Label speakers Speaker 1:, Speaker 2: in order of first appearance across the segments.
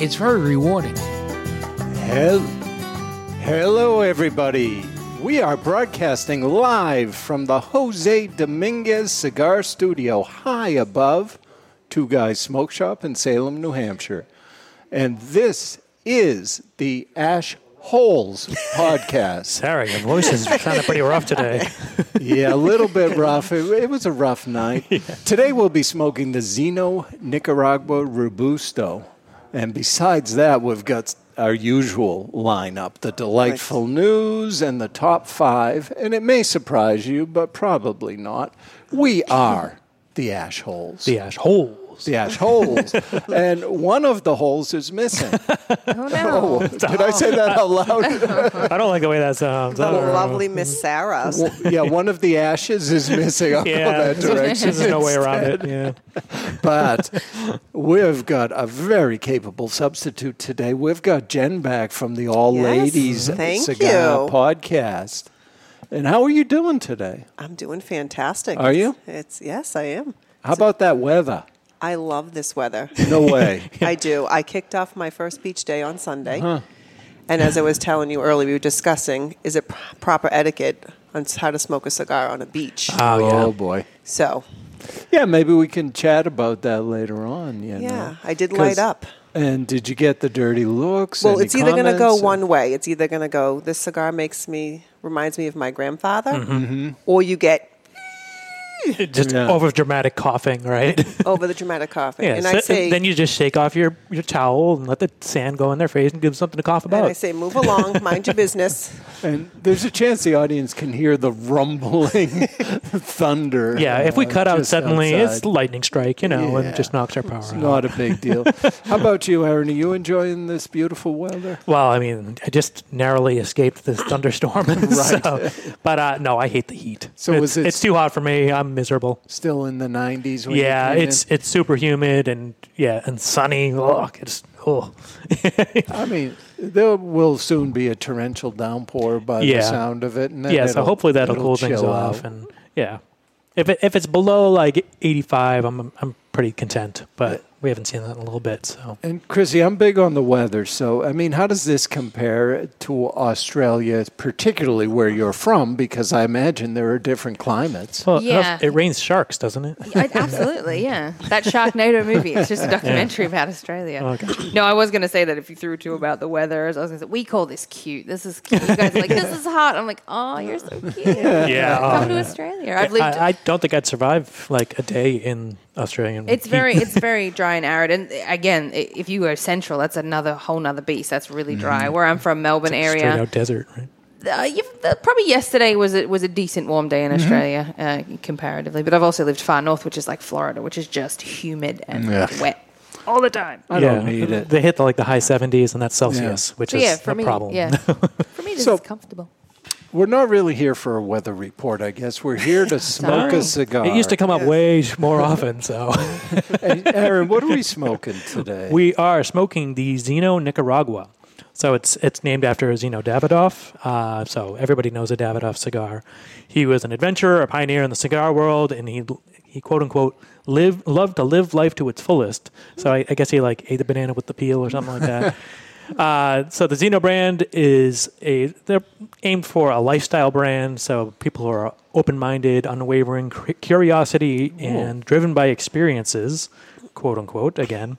Speaker 1: It's very rewarding.
Speaker 2: Hel- Hello, everybody. We are broadcasting live from the Jose Dominguez Cigar Studio, high above Two Guys Smoke Shop in Salem, New Hampshire. And this is the Ash Holes podcast.
Speaker 3: Sorry, your voice is sounding pretty rough today.
Speaker 2: yeah, a little bit rough. It, it was a rough night. Today, we'll be smoking the Zeno Nicaragua Robusto. And besides that, we've got our usual lineup the delightful news and the top five. And it may surprise you, but probably not. We are the ash holes.
Speaker 3: The ash holes.
Speaker 2: The ash holes. and one of the holes is missing. Oh, did I say that out loud?
Speaker 3: I don't like the way that sounds. I
Speaker 4: the
Speaker 3: don't know.
Speaker 4: lovely Miss Sarah.
Speaker 2: Well, yeah, one of the ashes is missing. I'll
Speaker 3: Yeah,
Speaker 2: go that
Speaker 3: there's-
Speaker 2: direction.
Speaker 3: there's no way around it. Yeah,
Speaker 2: but we've got a very capable substitute today. We've got Jen back from the All
Speaker 4: Yes,
Speaker 2: Ladies
Speaker 4: thank
Speaker 2: Cigar
Speaker 4: you.
Speaker 2: Podcast. And how are you doing today?
Speaker 4: I'm doing fantastic.
Speaker 2: Are you?
Speaker 4: It's yes, I am.
Speaker 2: How about that weather?
Speaker 4: I love this weather.
Speaker 2: No way.
Speaker 4: I do. I kicked off my first beach day on Sunday, and as I was telling you earlier, we were discussing is it pr- proper etiquette on s- how to smoke a cigar on a beach.
Speaker 3: Oh, yeah.
Speaker 2: boy.
Speaker 4: so
Speaker 2: Yeah, maybe we can chat about that later on. You
Speaker 4: Yeah,
Speaker 2: know?
Speaker 4: I did
Speaker 2: 'Cause-
Speaker 4: light up.
Speaker 2: And did you get the dirty looks?
Speaker 4: well,
Speaker 2: Any
Speaker 4: it's either going to go
Speaker 2: comments? uh,
Speaker 4: one way. It's either going to go this cigar makes me reminds me of my grandfather,
Speaker 3: Mm-hmm.
Speaker 4: or you get
Speaker 3: just
Speaker 2: Yeah.
Speaker 3: over dramatic coughing, right?
Speaker 4: over the dramatic coughing.
Speaker 3: yeah.
Speaker 4: and
Speaker 3: so-
Speaker 4: I say
Speaker 3: then you just shake off your, your towel and let the sand go in their face and give them something to cough
Speaker 4: and
Speaker 3: about.
Speaker 4: I say move along, mind your business.
Speaker 2: And there's a chance the audience can hear the rumbling thunder.
Speaker 3: yeah, if we
Speaker 2: uh,
Speaker 3: cut out
Speaker 2: just
Speaker 3: suddenly, it's
Speaker 2: outside.
Speaker 3: lightning strike, you know, and
Speaker 2: Yeah.
Speaker 3: and just knocks our power out.
Speaker 2: Not a big deal. How about you, Aaron? Are you enjoying this beautiful weather?
Speaker 3: Well, I mean, I just narrowly escaped this thunderstorm. so- but uh, no, I hate the heat.
Speaker 2: So
Speaker 3: it's,
Speaker 2: was it-
Speaker 3: it's too hot for me. I'm miserable.
Speaker 2: Still in the 90s? When you
Speaker 3: Yeah,
Speaker 2: came in?
Speaker 3: it's it's super humid and yeah, and sunny. Look, it's oh.
Speaker 2: I mean, there will soon be a torrential downpour by the
Speaker 3: Yeah.
Speaker 2: sound of it. And then
Speaker 3: yeah, so
Speaker 2: it'll-
Speaker 3: hopefully that'll
Speaker 2: it'll
Speaker 3: cool things
Speaker 2: chill
Speaker 3: off
Speaker 2: out.
Speaker 3: and yeah. If it, if it's below like 85, I'm I'm pretty content, but we haven't seen that in a little bit, so.
Speaker 2: And Chrissy, I'm big on the weather. So, I mean, how does this compare to Australia, particularly where you're from? Because I imagine there are different climates.
Speaker 3: Well, enough-
Speaker 5: Yeah.
Speaker 3: it rains sharks, doesn't it?
Speaker 5: I- absolutely, yeah. That Sharknado movie. It's just a documentary about Australia.
Speaker 3: Oh,
Speaker 5: No, I was going to say that if you threw two about the weather, I was going to say, we call this cute. This is cute. You guys are like, this is hot. I'm like, oh, you're so cute.
Speaker 3: Yeah,
Speaker 5: Come
Speaker 3: oh,
Speaker 5: to
Speaker 3: yeah.
Speaker 5: Australia. I've lived.
Speaker 3: I, I don't think I'd survive like a day in Australian.
Speaker 5: it's
Speaker 3: heat.
Speaker 5: very, it's very dry and arid. And uh, again, i- if you go central, that's another whole nother beast. That's really dry. Where I'm from, Melbourne
Speaker 3: Mm. straight
Speaker 5: area,
Speaker 3: out desert, right?
Speaker 5: uh, you've, uh, probably yesterday was a, was a decent warm day in
Speaker 3: Mm-hmm.
Speaker 5: Australia uh, comparatively. But I've also lived far north, which is like Florida, which is just humid and
Speaker 2: Yeah.
Speaker 5: wet.
Speaker 2: I don't need it.
Speaker 3: They hit like the high 70s and that's Celsius,
Speaker 2: Yeah.
Speaker 3: Uh, which
Speaker 5: So
Speaker 3: is
Speaker 5: yeah, for
Speaker 3: a
Speaker 5: me,
Speaker 3: problem.
Speaker 5: yeah, for me, this
Speaker 2: So-
Speaker 5: is comfortable.
Speaker 2: We're not really here for a weather report, I guess. We're here to smoke a
Speaker 5: Sorry.
Speaker 2: cigar.
Speaker 3: It used to come up way more often, so
Speaker 2: Hey, Aaron, what are we smoking today?
Speaker 3: we are smoking the Zeno Nicaragua. So it's it's named after Zeno Davidoff. Uh, so everybody knows a Davidoff cigar. He was an adventurer, a pioneer in the cigar world, and he he quote unquote live loved to live life to its fullest. So I, I guess he like ate the banana with the peel or something like that. Uh, so the Zeno brand is a they're aimed for a lifestyle brand, so people who are open-minded, unwavering cur- curiosity, and driven by experiences, quote unquote. Again,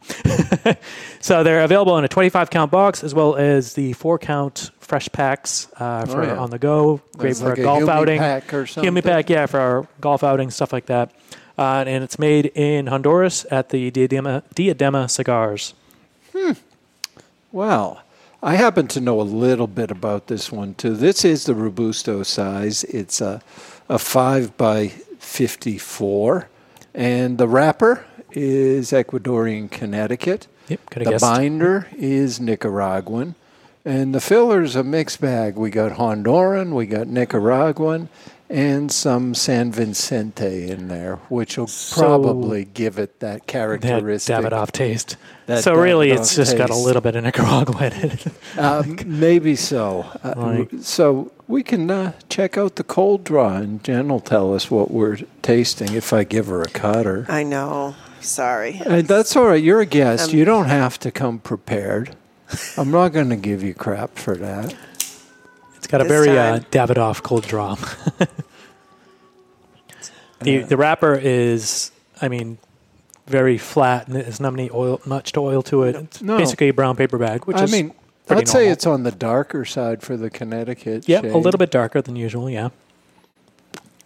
Speaker 3: so they're available in a 25 count box as well as the four count fresh packs uh, for
Speaker 2: Oh, yeah.
Speaker 3: on the go. Great
Speaker 2: That's
Speaker 3: for
Speaker 2: like
Speaker 3: a
Speaker 2: a
Speaker 3: golf
Speaker 2: Humi
Speaker 3: outing,
Speaker 2: pack or
Speaker 3: Humi
Speaker 2: something.
Speaker 3: pack, yeah, for our golf outings, stuff like that. Uh, and it's made in Honduras at the Diadema, Diadema Cigars.
Speaker 2: Wow. I happen to know a little bit about this one too. This is the Robusto size. It's a, a 5 by 54 and the wrapper is Ecuadorian Connecticut
Speaker 3: Yep, could
Speaker 2: The
Speaker 3: have guessed.
Speaker 2: binder is Nicaraguan, and the filler's a mixed bag. We got Honduran, we got Nicaraguan, and some San Vicente in there, which will probably give it that
Speaker 3: that
Speaker 2: characteristic.
Speaker 3: Davidoff taste.
Speaker 2: That
Speaker 3: so really, it's
Speaker 2: Davidoff
Speaker 3: just got a
Speaker 2: taste.
Speaker 3: little bit of Nicaragua in it.
Speaker 2: Um, maybe so. Uh,
Speaker 3: Uh, Like-
Speaker 2: so we can uh, check out the cold draw, and Jen will tell us what we're tasting if I give her a cutter.
Speaker 4: I know. Sorry.
Speaker 2: Uh, that's all right. You're a guest.
Speaker 4: um,
Speaker 2: you don't have to come prepared. I'm not going to give you crap for that.
Speaker 3: It's got a
Speaker 4: This
Speaker 3: very uh,
Speaker 4: time.
Speaker 3: Davidoff cold draw. the the wrapper is, I mean, very flat. and There's not many oil, much oil to it. It's
Speaker 2: No.
Speaker 3: basically a brown paper bag, which
Speaker 2: I
Speaker 3: is
Speaker 2: mean, I'd
Speaker 3: pretty
Speaker 2: say
Speaker 3: normal.
Speaker 2: it's on the darker side for the Connecticut.
Speaker 3: yep, a
Speaker 2: shade.
Speaker 3: little bit darker than usual. Yeah,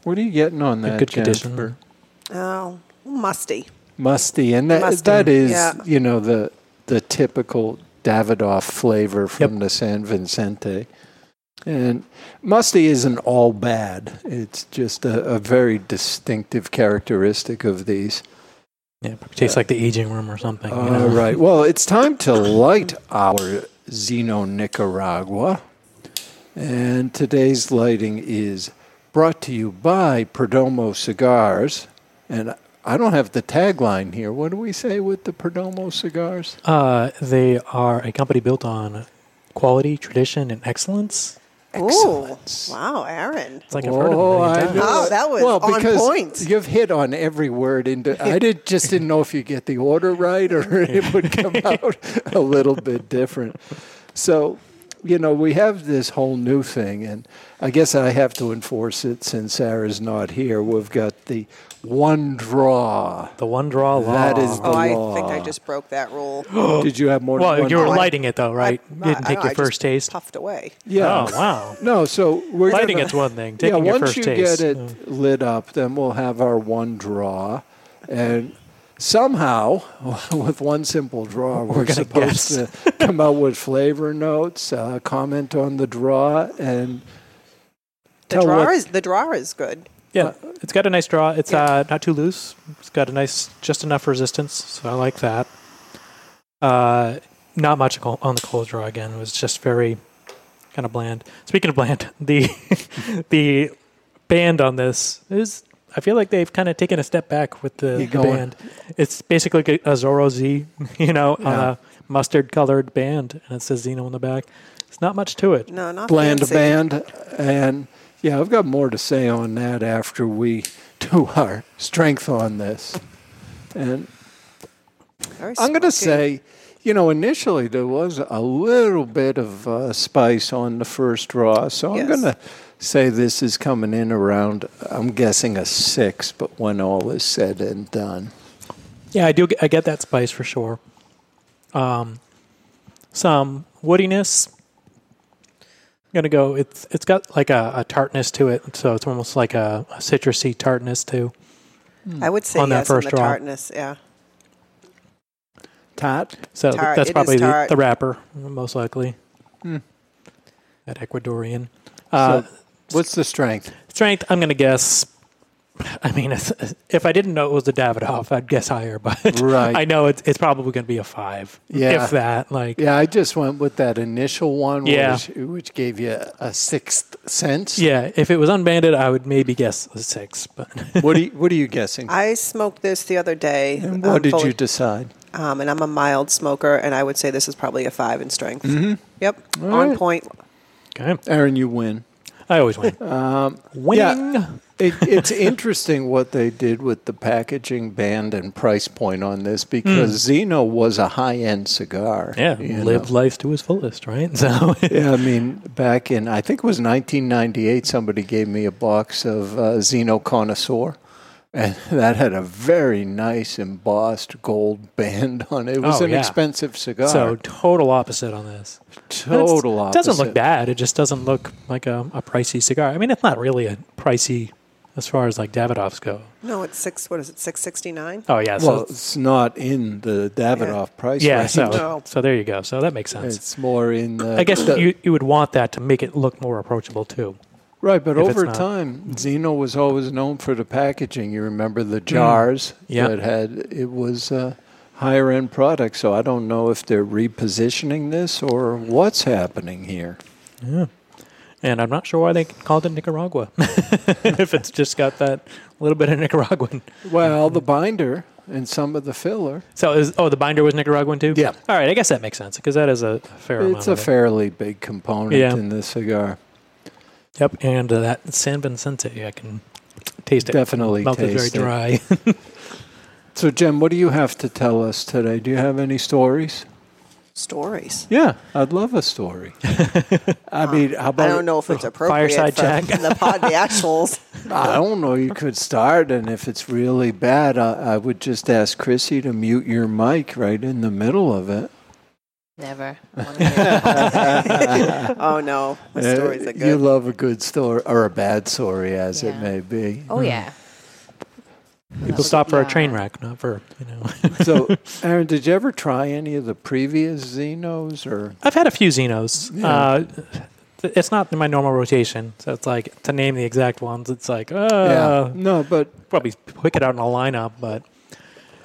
Speaker 2: What are you getting on that?
Speaker 3: good condition.
Speaker 2: Jennifer?
Speaker 4: Oh, musty.
Speaker 2: Musty, and that
Speaker 4: Musty,
Speaker 2: that is
Speaker 4: yeah.
Speaker 2: you know the the typical Davidoff flavor from
Speaker 3: Yep.
Speaker 2: the San Vicente. And musty isn't all bad. It's just a, a very distinctive characteristic of these.
Speaker 3: yeah, it probably tastes like the aging room or something. you
Speaker 2: All
Speaker 3: know?
Speaker 2: Oh, right. Well, it's time to light our Xeno Nicaragua. And today's lighting is brought to you by Perdomo Cigars. And I don't have the tagline here. What do we say with the Perdomo cigars?
Speaker 3: Uh, they are a company built on quality, tradition, and excellence.
Speaker 4: Ooh.
Speaker 2: Excellence.
Speaker 4: Wow, Aaron.
Speaker 3: It's like I've heard of them. a million
Speaker 2: Oh, I
Speaker 3: times.
Speaker 2: knew
Speaker 4: Wow,
Speaker 2: it.
Speaker 4: that was
Speaker 2: well,
Speaker 4: on
Speaker 2: because
Speaker 4: point.
Speaker 2: You've hit on every word. Into I did just didn't know if you get the order right or it would come out a little bit different. So, you know, we have this whole new thing, and I guess I have to enforce it since Sarah's not here. We've got the one draw.
Speaker 3: The one draw law.
Speaker 2: That is
Speaker 4: Oh, I
Speaker 2: law.
Speaker 4: think I just broke that rule.
Speaker 2: did you have more? than
Speaker 3: well,
Speaker 2: one
Speaker 3: you were
Speaker 2: draw?
Speaker 3: lighting it though, right?
Speaker 4: I-
Speaker 3: You Didn't
Speaker 4: I-
Speaker 3: take
Speaker 4: I
Speaker 3: your
Speaker 4: just
Speaker 3: first taste.
Speaker 4: Puffed away.
Speaker 2: Yeah.
Speaker 3: Oh wow.
Speaker 2: No, so we're
Speaker 3: Lighting
Speaker 2: gonna-
Speaker 3: it's one thing.
Speaker 2: yeah,
Speaker 3: Taking your
Speaker 2: once
Speaker 3: first
Speaker 2: you
Speaker 3: taste,
Speaker 2: get it lit up, then we'll have our one draw, and somehow, with one simple draw, we're,
Speaker 3: gonna
Speaker 2: supposed to come out with flavor notes, uh, comment on the draw, and
Speaker 4: The
Speaker 2: tell
Speaker 4: drawer
Speaker 2: what-
Speaker 4: is the drawer is good.
Speaker 3: Yeah, it's got a nice draw. It's
Speaker 4: Yeah.
Speaker 3: uh, not too loose. It's got a nice, just enough resistance. So I like that. Uh, not much col- on the cold draw again. It was just very kind of bland. Speaking of bland, the the band on this is. I feel like they've kind of taken a step back with the,
Speaker 2: You
Speaker 3: the
Speaker 2: going-
Speaker 3: band. It's basically like a Zorro Z, you know, on
Speaker 2: Yeah.
Speaker 3: a mustard colored band, and it says Xeno on the back. It's not much to it.
Speaker 4: No, not
Speaker 2: bland
Speaker 4: fancy.
Speaker 2: band, and yeah, I've got more to say on that after we do our strength on this, and.
Speaker 4: Very
Speaker 2: I'm going to
Speaker 4: smoky.
Speaker 2: say, you know, initially there was a little bit of uh, spice on the first draw, so I'm
Speaker 4: Yes.
Speaker 2: going to say this is coming in around. I'm guessing a six, but when all is said and done,
Speaker 3: Yeah, I do. Get, I get that spice for sure. Um, some woodiness. I'm gonna go. It's it's got like a, a tartness to it, so it's almost like a, a citrusy tartness too.
Speaker 4: Hmm. I would say
Speaker 3: on that
Speaker 4: yes
Speaker 3: first
Speaker 4: on the
Speaker 3: draw.
Speaker 4: tartness. Yeah.
Speaker 2: tot.
Speaker 3: So
Speaker 4: Tart.
Speaker 3: that's
Speaker 4: It is
Speaker 3: probably the,
Speaker 4: tart.
Speaker 3: the wrapper, most likely. That Ecuadorian uh,
Speaker 2: so what's the strength?
Speaker 3: strength. I'm gonna guess. I mean, it's- if I didn't know it was the Davidoff, I'd guess higher. But
Speaker 2: Right.
Speaker 3: I know it's, it's probably gonna be a five,
Speaker 2: Yeah.
Speaker 3: if that. Like,
Speaker 2: Yeah, I just went with that initial one,
Speaker 3: Yeah.
Speaker 2: which, which gave you a sixth sense.
Speaker 3: yeah, if it was unbanded, I would maybe guess a six, but.
Speaker 2: What are you, What are you guessing?
Speaker 4: I smoked this the other day.
Speaker 2: and what
Speaker 4: um,
Speaker 2: did
Speaker 4: fully-
Speaker 2: you decide?
Speaker 4: um, and I'm a mild smoker, and I would say this is probably a five in strength. Yep, on
Speaker 2: right.
Speaker 4: point.
Speaker 3: Okay.
Speaker 2: Aaron, you win. Um,
Speaker 3: I always win. Winning.
Speaker 2: It, it's interesting what they did with the packaging band and price point on this because Zeno was a high end cigar.
Speaker 3: Hmm. Yeah.
Speaker 2: you
Speaker 3: Lived
Speaker 2: know.
Speaker 3: life to his fullest, right? So
Speaker 2: Yeah, I mean, back in, I think it was 1998, somebody gave me a box of uh, Zeno Connoisseur. And that had a very nice embossed gold band on it. It was
Speaker 3: Oh,
Speaker 2: an
Speaker 3: yeah.
Speaker 2: expensive cigar.
Speaker 3: so total opposite on this. But it's-
Speaker 2: total
Speaker 3: It
Speaker 2: opposite.
Speaker 3: doesn't look bad. It just doesn't look like a, a pricey cigar. I mean, it's not really a pricey as far as like Davidoffs go.
Speaker 4: No, it's six. What is it? Six sixty nine.
Speaker 3: Oh yeah. So
Speaker 2: Well, it's not in the Davidoff price
Speaker 3: yeah.
Speaker 2: range.
Speaker 3: So
Speaker 4: No.
Speaker 3: so there you go. So that makes sense.
Speaker 2: It's more in the.
Speaker 3: I guess
Speaker 2: Uh, the-
Speaker 3: you you would want that to make it look more approachable too.
Speaker 2: Right, but
Speaker 3: if it's
Speaker 2: over
Speaker 3: not.
Speaker 2: time, Zeno was always known for the packaging. You remember the jars
Speaker 3: Mm. Yeah.
Speaker 2: that had it was uh, higher end products. So I don't know if they're repositioning this or what's happening here.
Speaker 3: And I'm not sure why they called it Nicaragua. if it's just got that little bit of Nicaraguan.
Speaker 2: Well, the binder and some of the filler.
Speaker 3: So, is, oh, the binder was Nicaraguan too?
Speaker 2: Yeah.
Speaker 3: All right, I guess that makes sense because that is a fair amount.
Speaker 2: It's a
Speaker 3: of it.
Speaker 2: fairly big component
Speaker 3: Yeah.
Speaker 2: in the cigar.
Speaker 3: Yep, and uh, that San Vicente, I can taste it.
Speaker 2: Definitely
Speaker 3: Mouth is
Speaker 2: taste it.
Speaker 3: very dry.
Speaker 2: So, Jim, what do you have to tell us today? Do you have any stories?
Speaker 4: Stories. Um,
Speaker 2: Yeah, I'd love a story. I mean, how about
Speaker 4: I don't know if it's appropriate
Speaker 3: Fireside
Speaker 4: for
Speaker 3: chat.
Speaker 4: the pod, the actuals.
Speaker 2: I don't know. You could start, and if it's really bad, I, I would just ask Chrissy to mute your mic right in the middle of it.
Speaker 5: Never. I wanna hear it.
Speaker 4: Oh no, my stories
Speaker 2: Uh, You
Speaker 4: are good.
Speaker 2: love a good story or a bad story, as it
Speaker 5: Yeah.
Speaker 2: may be.
Speaker 5: oh yeah.
Speaker 3: People stop for a train wreck, not for, you know.
Speaker 2: So, Aaron, did you ever try any of the previous Xenos? Or
Speaker 3: I've had a few Xenos. Uh, th- it's not in my normal rotation. So it's like, to name the exact ones, it's like, uh,
Speaker 2: no, but
Speaker 3: probably pick it out in a lineup, but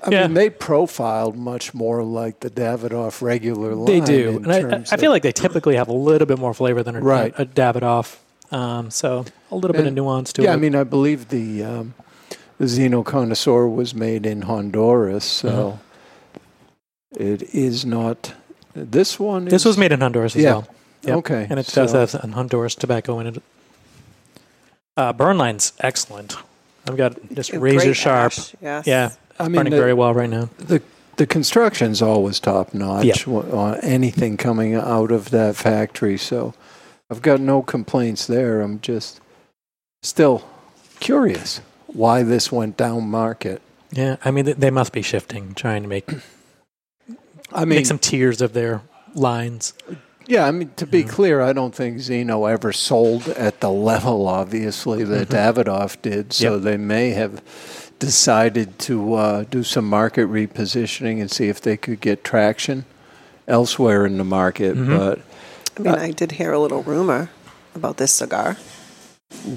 Speaker 2: I
Speaker 3: Yeah.
Speaker 2: mean, they profiled much more like the Davidoff regular line.
Speaker 3: they do.
Speaker 2: in
Speaker 3: And I, I
Speaker 2: terms
Speaker 3: I feel
Speaker 2: of-
Speaker 3: like they typically have a little bit more flavor than a,
Speaker 2: Right.
Speaker 3: a Davidoff. Um, so a little bit of
Speaker 2: And-
Speaker 3: nuance to
Speaker 2: yeah,
Speaker 3: it.
Speaker 2: I mean, I believe the um, the Xeno Connoisseur was made in Honduras, so
Speaker 3: Uh-huh.
Speaker 2: it is not. This one.
Speaker 3: this
Speaker 2: is,
Speaker 3: was made in Honduras as
Speaker 2: Yeah.
Speaker 3: well. Yep.
Speaker 2: Okay,
Speaker 3: And it does
Speaker 2: so-
Speaker 3: have some Honduras tobacco in it. Uh, burn line's excellent. I've got just razor
Speaker 4: Great
Speaker 3: sharp.
Speaker 4: ash, yes.
Speaker 3: Yeah.
Speaker 2: I
Speaker 3: I
Speaker 2: mean,
Speaker 3: mean, burning
Speaker 2: the-
Speaker 3: very well right now.
Speaker 2: the the construction's always top
Speaker 3: Yeah.
Speaker 2: notch on anything coming out of that factory. So I've got no complaints there. I'm just still curious why this went down market.
Speaker 3: Yeah. I mean, th- they must be shifting, trying to make,
Speaker 2: I mean,
Speaker 3: make some tiers of their lines.
Speaker 2: yeah. I mean, to be clear, I don't think Zeno ever sold at the level, obviously, that Davidoff did. So
Speaker 3: Mm-hmm. Yep.
Speaker 2: they may have decided to uh, do some market repositioning and see if they could get traction elsewhere in the market.
Speaker 3: Mm-hmm.
Speaker 2: But
Speaker 4: I mean, I did hear a little rumor about this cigar.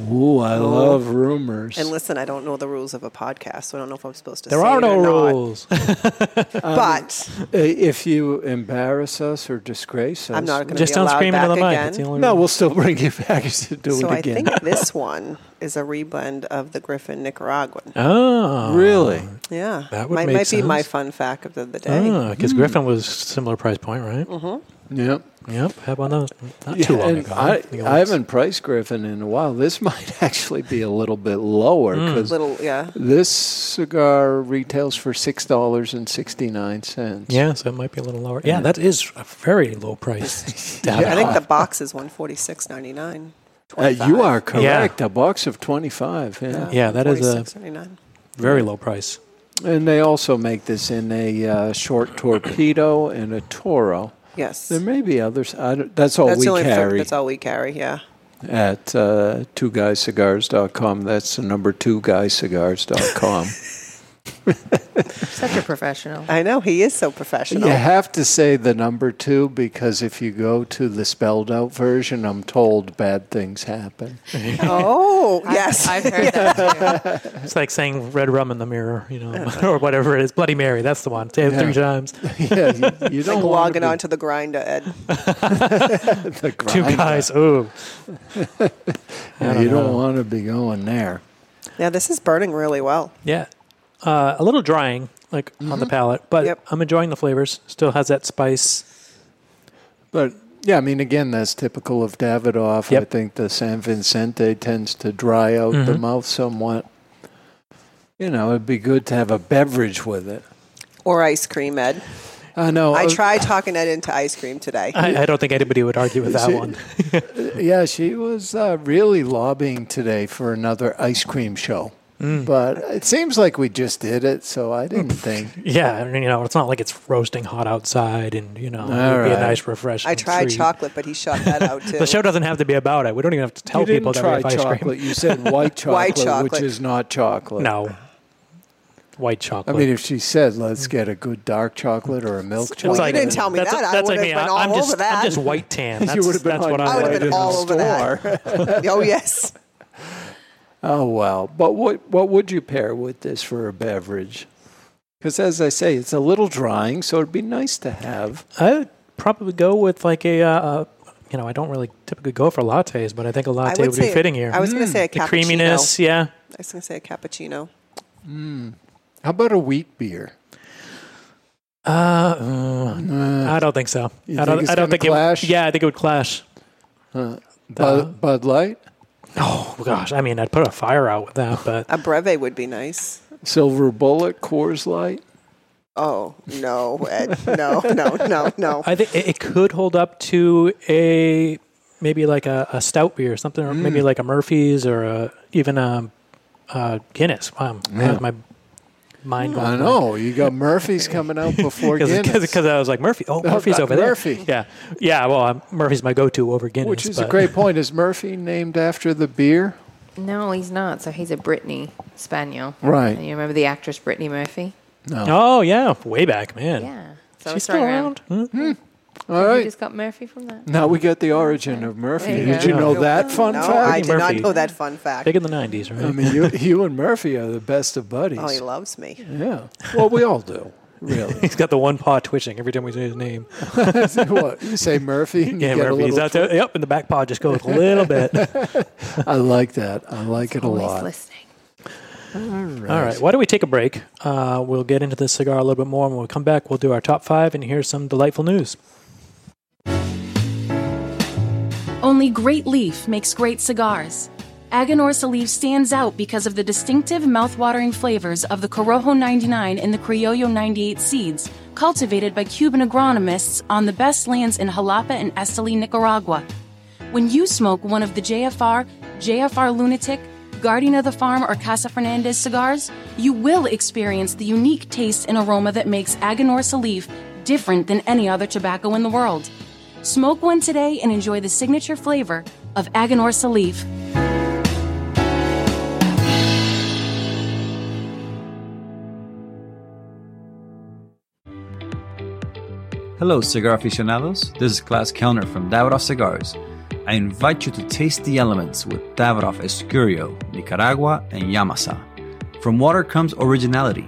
Speaker 2: Ooh, I love rumors.
Speaker 4: And listen, I don't know the rules of a podcast, so I don't know if I'm supposed to
Speaker 3: There
Speaker 4: say
Speaker 3: are
Speaker 4: it
Speaker 3: no
Speaker 4: or not.
Speaker 3: rules.
Speaker 4: But
Speaker 2: Um, Uh, if you embarrass us or disgrace us,
Speaker 4: I'm not going to be
Speaker 3: Just don't
Speaker 4: allowed
Speaker 3: scream
Speaker 4: back
Speaker 3: into the mic.
Speaker 4: again.
Speaker 3: It's the only
Speaker 2: No,
Speaker 3: rule.
Speaker 2: we'll still bring you back to do
Speaker 4: so
Speaker 2: it
Speaker 4: I
Speaker 2: again.
Speaker 4: think this one is a reblend of the Griffin Nicaraguan.
Speaker 3: Oh.
Speaker 2: really?
Speaker 4: Yeah,
Speaker 3: That would
Speaker 4: might,
Speaker 3: make
Speaker 4: might be my
Speaker 3: sense.
Speaker 4: fun fact of the, the day.
Speaker 2: Ah,
Speaker 4: Hmm.
Speaker 3: Because Griffin was similar price point, right?
Speaker 2: Hmm.
Speaker 4: Mm-hmm.
Speaker 2: Yep.
Speaker 3: Yep. How about those? Not
Speaker 2: Yeah,
Speaker 3: too long
Speaker 2: and
Speaker 3: ago.
Speaker 2: I,
Speaker 3: think it
Speaker 2: I
Speaker 3: was.
Speaker 2: haven't priced Griffin in a while. This might actually be a little bit lower
Speaker 3: Mm.
Speaker 2: because
Speaker 4: Little, yeah.
Speaker 2: this cigar retails for six dollars and sixty nine cents.
Speaker 3: Yeah, so it might be a little lower. Yeah, that is a very low price.
Speaker 4: I think the box is one forty six ninety nine.
Speaker 2: Uh, you are correct.
Speaker 3: Yeah.
Speaker 2: A box of twenty five. Yeah.
Speaker 3: Yeah, that is a- very low price.
Speaker 2: and they also make this in a uh, short torpedo and a Toro.
Speaker 4: Yes,
Speaker 2: There may be others. I don't- that's all
Speaker 4: that's
Speaker 2: we
Speaker 4: the only fir-
Speaker 2: carry
Speaker 4: that's all we carry. Yeah,
Speaker 2: at uh, two guyscigars.com. That's the number two guyscigars.com.
Speaker 5: Such a professional.
Speaker 4: I know he is so professional.
Speaker 2: you have to say the number two because if you go to the spelled out version, I'm told bad things happen.
Speaker 4: Oh yes,
Speaker 5: I've heard that too.
Speaker 3: It's like saying red rum in the mirror, you know, or whatever it is. Bloody Mary, that's the one. Say it
Speaker 2: Yeah.
Speaker 3: three times.
Speaker 2: yeah, you, you don't
Speaker 4: like
Speaker 2: want
Speaker 4: logging on to the grinder, Ed.
Speaker 2: the
Speaker 3: Two
Speaker 2: grind.
Speaker 3: guys. Ooh.
Speaker 2: Yeah, you don't want to be going there.
Speaker 4: Yeah, this is burning really well.
Speaker 3: Yeah. Uh, a little drying, like on
Speaker 2: Mm-hmm.
Speaker 3: the palate, but
Speaker 4: Yep.
Speaker 3: I'm enjoying the flavors. Still has that spice.
Speaker 2: But yeah, I mean, again, that's typical of Davidoff. I
Speaker 3: Yep.
Speaker 2: think the San Vicente tends to dry out the mouth somewhat. You know, it'd be good to have a beverage with it.
Speaker 4: Or ice cream, Ed.
Speaker 2: I know.
Speaker 4: I
Speaker 2: uh,
Speaker 4: tried talking Ed into ice cream today.
Speaker 3: I, I don't think anybody would argue with that
Speaker 2: See,
Speaker 3: one.
Speaker 2: Uh, Yeah, she was uh, really lobbying today for another ice cream show. But it seems like we just did it, so I didn't think.
Speaker 3: Yeah, I mean, you know, it's not like it's roasting hot outside, and you know, it would
Speaker 2: All
Speaker 3: be
Speaker 2: right.
Speaker 3: a nice refreshing.
Speaker 4: I tried
Speaker 3: treat.
Speaker 4: chocolate, but he shut that out too.
Speaker 3: The show doesn't have to be about it. We don't even have to tell
Speaker 2: you didn't
Speaker 3: people that we
Speaker 2: try
Speaker 3: have ice
Speaker 2: chocolate.
Speaker 3: cream.
Speaker 2: You said white chocolate,
Speaker 4: White
Speaker 2: which
Speaker 4: chocolate.
Speaker 2: is not chocolate.
Speaker 3: No, white
Speaker 2: I
Speaker 3: chocolate.
Speaker 2: mean, if she said, let's get a good dark chocolate or a milk chocolate.
Speaker 4: you didn't tell me
Speaker 3: that's,
Speaker 4: that. I
Speaker 3: That's like
Speaker 4: would've
Speaker 3: me.
Speaker 4: been
Speaker 3: I-
Speaker 4: all
Speaker 3: I'm just,
Speaker 4: over that.
Speaker 3: I'm just white tan. That's,
Speaker 2: would've been
Speaker 3: that's
Speaker 2: on
Speaker 3: what
Speaker 2: your
Speaker 4: I
Speaker 3: I'm
Speaker 4: would have
Speaker 3: like.
Speaker 4: been
Speaker 2: Right
Speaker 4: all
Speaker 2: in the
Speaker 4: over that. oh yes.
Speaker 2: Oh well, but what what would you pair with this for a beverage? Because as I say, it's a little drying, so it'd be nice to have.
Speaker 3: I would probably go with like a, uh, uh, you know, I don't really typically go for lattes, but I think a latte would, be
Speaker 4: say-
Speaker 3: fitting here. Mm.
Speaker 4: I was
Speaker 2: Mm,
Speaker 4: going to say a
Speaker 3: the
Speaker 4: cappuccino.
Speaker 3: creaminess, yeah.
Speaker 4: I was going to say a cappuccino.
Speaker 2: Mm. How about a wheat beer?
Speaker 3: Uh, uh, I don't think so.
Speaker 2: You
Speaker 3: I don't.
Speaker 2: think it's
Speaker 3: I don't
Speaker 2: gonna
Speaker 3: think
Speaker 2: clash?
Speaker 3: it. Yeah, I think it would clash.
Speaker 2: Bud, Bud Light,
Speaker 3: Oh gosh, I mean, I'd put a fire out with that, but
Speaker 4: A breve would be nice.
Speaker 2: Silver Bullet, Coors Light.
Speaker 4: Oh no, Ed. no, no, no, no.
Speaker 3: I think it, it could hold up to a maybe like a, a stout beer or something,
Speaker 2: Mm.
Speaker 3: or maybe like a Murphy's or a, even a, a Guinness. Wow,
Speaker 2: Yeah. Mm,
Speaker 3: my mind.
Speaker 2: I
Speaker 3: went blank.
Speaker 2: know you got Murphy's coming out before Guinness,
Speaker 3: because I was like Murphy. Oh, Murphy's
Speaker 2: that
Speaker 3: over there.
Speaker 2: Murphy.
Speaker 3: Yeah, yeah. Well, um, Murphy's my go-to over Guinness,
Speaker 2: which is a
Speaker 3: but-
Speaker 2: great point. Is Murphy named after the beer?
Speaker 5: No, he's not. So he's a Brittany Spaniel.
Speaker 2: Right.
Speaker 5: And you remember the actress Brittany Murphy?
Speaker 3: Oh yeah, way back, man.
Speaker 5: Yeah. So
Speaker 3: She's
Speaker 5: it's
Speaker 3: still
Speaker 5: right
Speaker 3: around. Hmm.
Speaker 2: All
Speaker 5: We
Speaker 2: right,
Speaker 5: Mm. just got Murphy from that.
Speaker 2: now we got the origin of Murphy.
Speaker 5: There you
Speaker 2: Did
Speaker 5: go.
Speaker 2: you know
Speaker 4: No,
Speaker 2: that fun
Speaker 4: no,
Speaker 2: fact?
Speaker 4: I did not
Speaker 3: Murphy.
Speaker 4: know Oh, that fun fact.
Speaker 3: Big in the '90s, right?
Speaker 2: I mean, you, you and Murphy are the best of buddies.
Speaker 4: Oh, he loves me.
Speaker 2: yeah. Well, we all do, really.
Speaker 3: He's got the one paw twitching every time we say his name.
Speaker 2: what you say, Murphy? and you
Speaker 3: Yeah,
Speaker 2: get a
Speaker 3: Murphy. He's
Speaker 2: little-
Speaker 3: out there. Yep, and the back paw just goes a little bit.
Speaker 2: I like that. I like it a
Speaker 5: Always
Speaker 2: lot.
Speaker 5: listening.
Speaker 3: All right. Why don't we take a break? Uh, we'll get into this cigar a little bit more. and When we come back, we'll do our top five and here's some delightful news.
Speaker 6: Only Great Leaf makes great cigars. Aganorsa leaf stands out because of the distinctive mouthwatering flavors of the Corojo 99 and the Criollo 98 seeds, cultivated by Cuban agronomists on the best lands in Jalapa and Esteli, Nicaragua. When you smoke one of the JFR, JFR Lunatic, Guardian of the Farm, or Casa Fernandez cigars, you will experience the unique taste and aroma that makes Aganorsa leaf different than any other tobacco in the world. Smoke one today and enjoy the signature flavor of Aganorsa leaf.
Speaker 7: Hello, cigar aficionados. This is Klaus Kellner from Davidoff Cigars. I invite you to taste the elements with Davidoff Escurio, Nicaragua, and Yamasa. From water comes originality.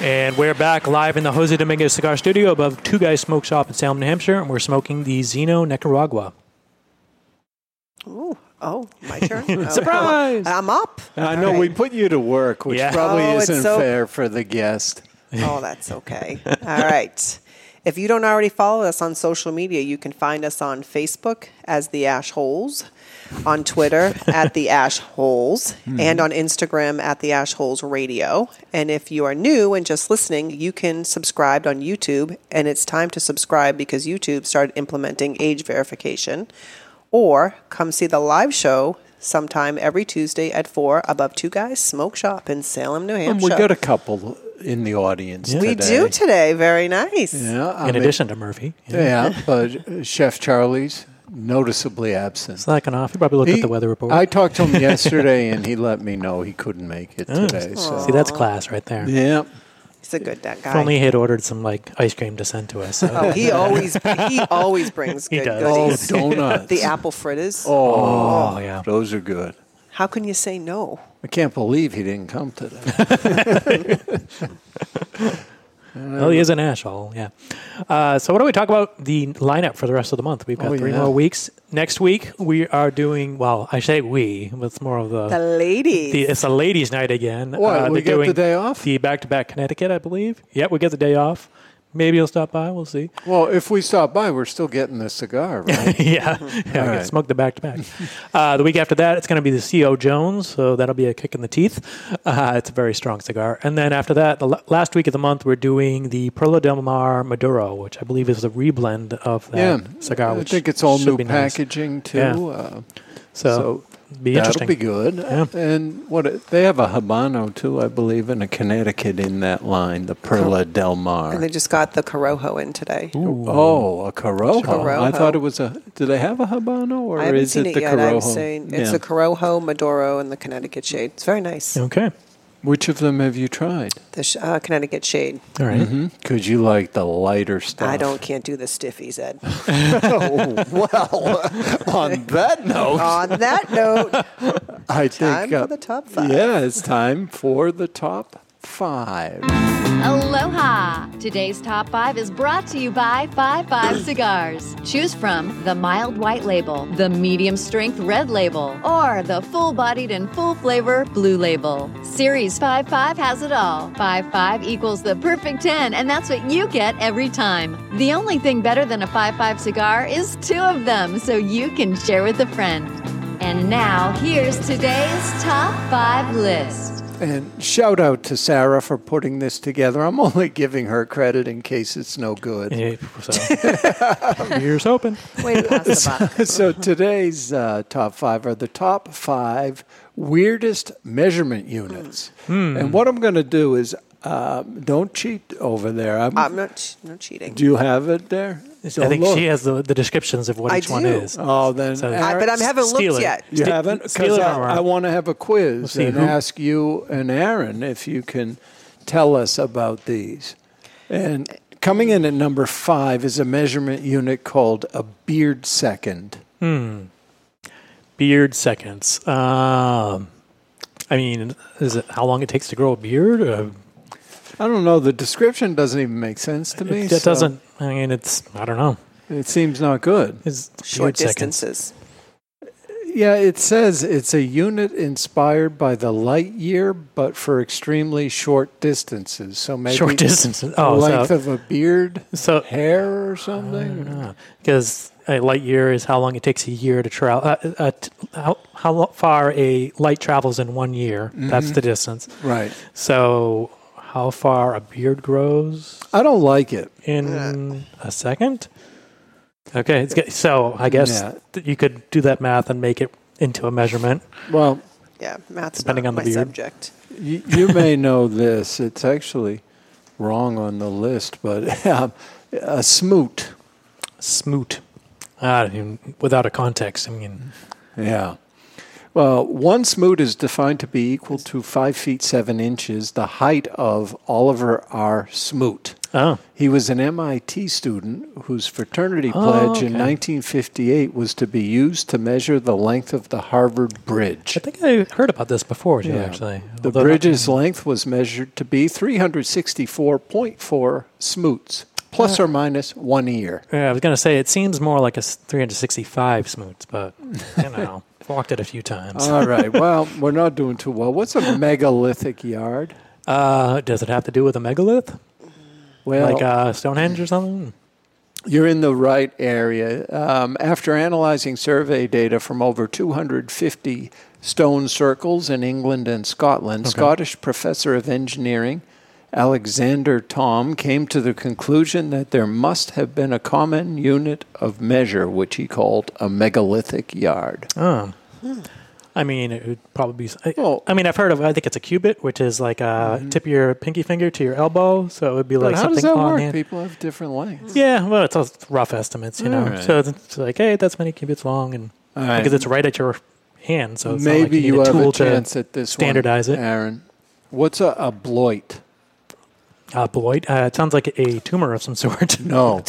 Speaker 3: And we're back live in the Jose Dominguez Cigar Studio above Two Guys Smoke Shop in Salem, New Hampshire, and we're smoking the Zeno Nicaragua.
Speaker 4: Ooh, oh, my turn.
Speaker 3: Surprise!
Speaker 4: I'm up.
Speaker 2: I know we put you to work, which
Speaker 3: Yeah.
Speaker 2: probably
Speaker 4: Oh, it's
Speaker 2: isn't
Speaker 4: so-
Speaker 2: fair for the guest.
Speaker 4: Oh, that's okay. All right. If you don't already follow us on social media, you can find us on Facebook as The Ash Holes, on Twitter at The Ash Holes, and on Instagram at The Ash Holes Radio. And if you are new and just listening, you can subscribe on YouTube. And it's time to subscribe because YouTube started implementing age verification. Or come see the live show sometime every Tuesday at 4 above Two Guys Smoke Shop in Salem, New
Speaker 2: And
Speaker 4: Hampshire.
Speaker 2: we got a couple in the audience today.
Speaker 4: We do today. Very nice.
Speaker 2: Yeah, I
Speaker 3: In
Speaker 2: mean-
Speaker 3: addition to Murphy. Yeah.
Speaker 2: Yeah, but Chef Charlie's noticeably absent.
Speaker 3: Slacking off. He probably looked at the weather report.
Speaker 2: I talked to him yesterday, and he let me know he couldn't make it
Speaker 3: Oh,
Speaker 2: today. So
Speaker 3: See, that's class right there.
Speaker 2: yeah,
Speaker 4: He's a good that
Speaker 3: If
Speaker 4: guy.
Speaker 3: only he had ordered some like ice cream to send to us. so-
Speaker 4: oh, he always he always brings
Speaker 3: He
Speaker 4: good
Speaker 3: does.
Speaker 2: oh
Speaker 4: goodies.
Speaker 2: donuts.
Speaker 4: the apple fritters.
Speaker 2: Oh,
Speaker 3: yeah.
Speaker 2: those are good.
Speaker 4: How can you say no?
Speaker 2: I can't believe he didn't come today.
Speaker 3: Well, Oh, he is an asshole. Yeah. Uh, so, what do we talk about the lineup for the rest of the month? We've got
Speaker 2: Oh,
Speaker 3: three
Speaker 2: yeah.
Speaker 3: more weeks. Next week we are doing. Well, I say we, but it's more of the.
Speaker 4: The ladies.
Speaker 3: the- it's a ladies' night again. Uh,
Speaker 2: What, we
Speaker 3: they're
Speaker 2: get the day off?
Speaker 3: The back-to-back Connecticut, I believe. Yep, we get the day off. Maybe he'll stop by. We'll see.
Speaker 2: well, if we stop by, we're still getting the cigar, right?
Speaker 3: yeah, yeah. we can
Speaker 2: right.
Speaker 3: Smoke the back to back. Uh, The week after that, it's going to be the Co Jones, so that'll be a kick in the teeth. Uh, it's a very strong cigar. And then after that, the la- last week of the month, we're doing the Perla del Mar Maduro, which I believe is a reblend of that
Speaker 2: yeah,
Speaker 3: cigar.
Speaker 2: I
Speaker 3: Which
Speaker 2: think it's all
Speaker 3: should
Speaker 2: new
Speaker 3: be nice.
Speaker 2: packaging too.
Speaker 3: Yeah.
Speaker 2: Uh,
Speaker 3: So, be
Speaker 2: that'll
Speaker 3: interesting.
Speaker 2: be good.
Speaker 3: Yeah.
Speaker 2: And what they have a habano too, I believe, and a Connecticut in that line, the Perla Del Mar.
Speaker 4: and they just got the Corojo in today.
Speaker 2: Oh, a Corojo. I
Speaker 4: Corojo.
Speaker 2: thought it was a. Do they have a Habano or
Speaker 4: I haven't
Speaker 2: is
Speaker 4: seen
Speaker 2: it
Speaker 4: it,
Speaker 2: the
Speaker 4: yet.
Speaker 2: Corojo?
Speaker 4: I'm saying it's
Speaker 2: Yeah.
Speaker 4: the Corojo, Maduro, and the Connecticut shade. It's very nice.
Speaker 3: Okay.
Speaker 2: Which of them have you tried?
Speaker 4: The sh- uh, Connecticut shade.
Speaker 3: All right.
Speaker 2: Mm-hmm. Because you like the lighter stuff.
Speaker 4: I don't can't do the stiffies, Ed.
Speaker 2: oh, well, on that note,
Speaker 4: On that note,
Speaker 2: I think. uh,
Speaker 4: time for the top five.
Speaker 2: Yeah, it's time for the top five.
Speaker 8: Aloha! Today's top five is brought to you by Five Five Cigars. Choose from the mild white label, the medium strength red label, or the full bodied and full flavor blue label. Series Five Five has it all. Five Five equals the perfect 10, and that's what you get every time. The only thing better than a Five Five cigar is two of them, so you can share with a friend. And now, here's today's top five list.
Speaker 2: And shout out to Sarah for putting this together. I'm only giving her credit in case it's no good.
Speaker 3: Yeah, So, here's hoping.
Speaker 5: Way to pass the buck.
Speaker 2: so today's uh, top five are the top five weirdest measurement units.
Speaker 3: Hmm.
Speaker 2: And what I'm going to do is, uh, don't cheat over there. I'm,
Speaker 4: I'm not ch- Uh, no cheating.
Speaker 2: do you have it there?
Speaker 3: I
Speaker 2: Don't
Speaker 3: think
Speaker 2: look.
Speaker 3: she has the, the descriptions of what
Speaker 4: I
Speaker 3: each one
Speaker 4: do.
Speaker 3: is.
Speaker 2: Oh, then
Speaker 3: So-
Speaker 4: I, but I haven't looked
Speaker 3: Steal it.
Speaker 4: yet.
Speaker 2: you
Speaker 3: Ste-
Speaker 2: haven't
Speaker 3: steal
Speaker 2: because
Speaker 3: it
Speaker 2: I,
Speaker 3: from her.
Speaker 2: I want to have a quiz
Speaker 3: see
Speaker 2: and
Speaker 3: who-
Speaker 2: ask you and Aaron if you can tell us about these. And coming in at number five is a measurement unit called a beard second.
Speaker 3: Hmm. Beard seconds. Um, I mean, is it how long it takes to grow a beard? Or
Speaker 2: I don't know. The description doesn't even make sense to me.
Speaker 3: It- that
Speaker 2: so
Speaker 3: doesn't. I mean, it's. I don't know.
Speaker 2: It seems not good.
Speaker 3: It's beard
Speaker 4: Short
Speaker 3: seconds.
Speaker 4: distances.
Speaker 2: Yeah, it says it's a unit inspired by the light year, but for extremely short distances. So maybe
Speaker 3: Short distances. Oh,
Speaker 2: length
Speaker 3: so-
Speaker 2: of a beard,
Speaker 3: So-
Speaker 2: hair or something.
Speaker 3: Because Ah, a light year is how long it takes a year to travel. Uh, uh, t- how how lo- far a light travels in one year? That's the distance.
Speaker 2: Mm-hmm. Right.
Speaker 3: So how far a beard grows
Speaker 2: I don't like it.
Speaker 3: in a second? Okay. It's good. So I guess
Speaker 2: Yeah.
Speaker 3: that you could do that math and make it into a measurement.
Speaker 2: Well,
Speaker 4: yeah, math's
Speaker 3: Depending
Speaker 4: not
Speaker 3: on the
Speaker 4: my
Speaker 3: beard.
Speaker 4: subject.
Speaker 2: you, you may know this. It's actually wrong on the list, but um, a smoot.
Speaker 3: Smoot. Uh, without a context, I mean.
Speaker 2: Yeah. Well, one smoot is defined to be equal to five feet seven inches, the height of Oliver R. Smoot.
Speaker 3: Oh.
Speaker 2: He was an MIT student whose fraternity
Speaker 3: Oh,
Speaker 2: pledge in
Speaker 3: okay.
Speaker 2: 1958 was to be used to measure the length of the Harvard Bridge.
Speaker 3: I think I heard about this before too, actually.
Speaker 2: The
Speaker 3: Although not-
Speaker 2: bridge's length was measured to be 364.4 smoots, plus
Speaker 3: Oh.
Speaker 2: or minus one year.
Speaker 3: Yeah, I was gonna say it seems more like a s- 365 smoots, but you know, walked it a few times.
Speaker 2: All right. Well, we're not doing too well. What's a megalithic yard?
Speaker 3: Uh, does it have to do with a megalith?
Speaker 2: Well,
Speaker 3: like uh, Stonehenge or something?
Speaker 2: You're in the right area. Um, after analyzing survey data from over 250 stone circles in England and Scotland, Scottish professor of engineering Alexander Tom came to the conclusion that there must have been a common unit of measure, which he called a megalithic yard.
Speaker 3: Oh. I mean, it would probably be. s- I, I mean, I've heard of. I think it's a cubit, which is like uh tip of your pinky finger to your elbow. So it would be
Speaker 2: Mm-hmm. But
Speaker 3: like
Speaker 2: how
Speaker 3: something
Speaker 2: does that
Speaker 3: on
Speaker 2: work?
Speaker 3: hand.
Speaker 2: People have different lengths.
Speaker 3: Yeah, well, it's all rough estimates, you know.
Speaker 2: All right.
Speaker 3: So it's- it's like, hey, that's many cubits long, and
Speaker 2: All right.
Speaker 3: because it's right at your hand, so it's not like
Speaker 2: Maybe
Speaker 3: you,
Speaker 2: you,
Speaker 3: need a
Speaker 2: have
Speaker 3: tool
Speaker 2: a chance
Speaker 3: to
Speaker 2: at this
Speaker 3: standardize
Speaker 2: one,
Speaker 3: it.
Speaker 2: Aaron. What's a, a bloit?
Speaker 3: Uh, Beloit, uh, it sounds like a tumor of some sort.
Speaker 2: No.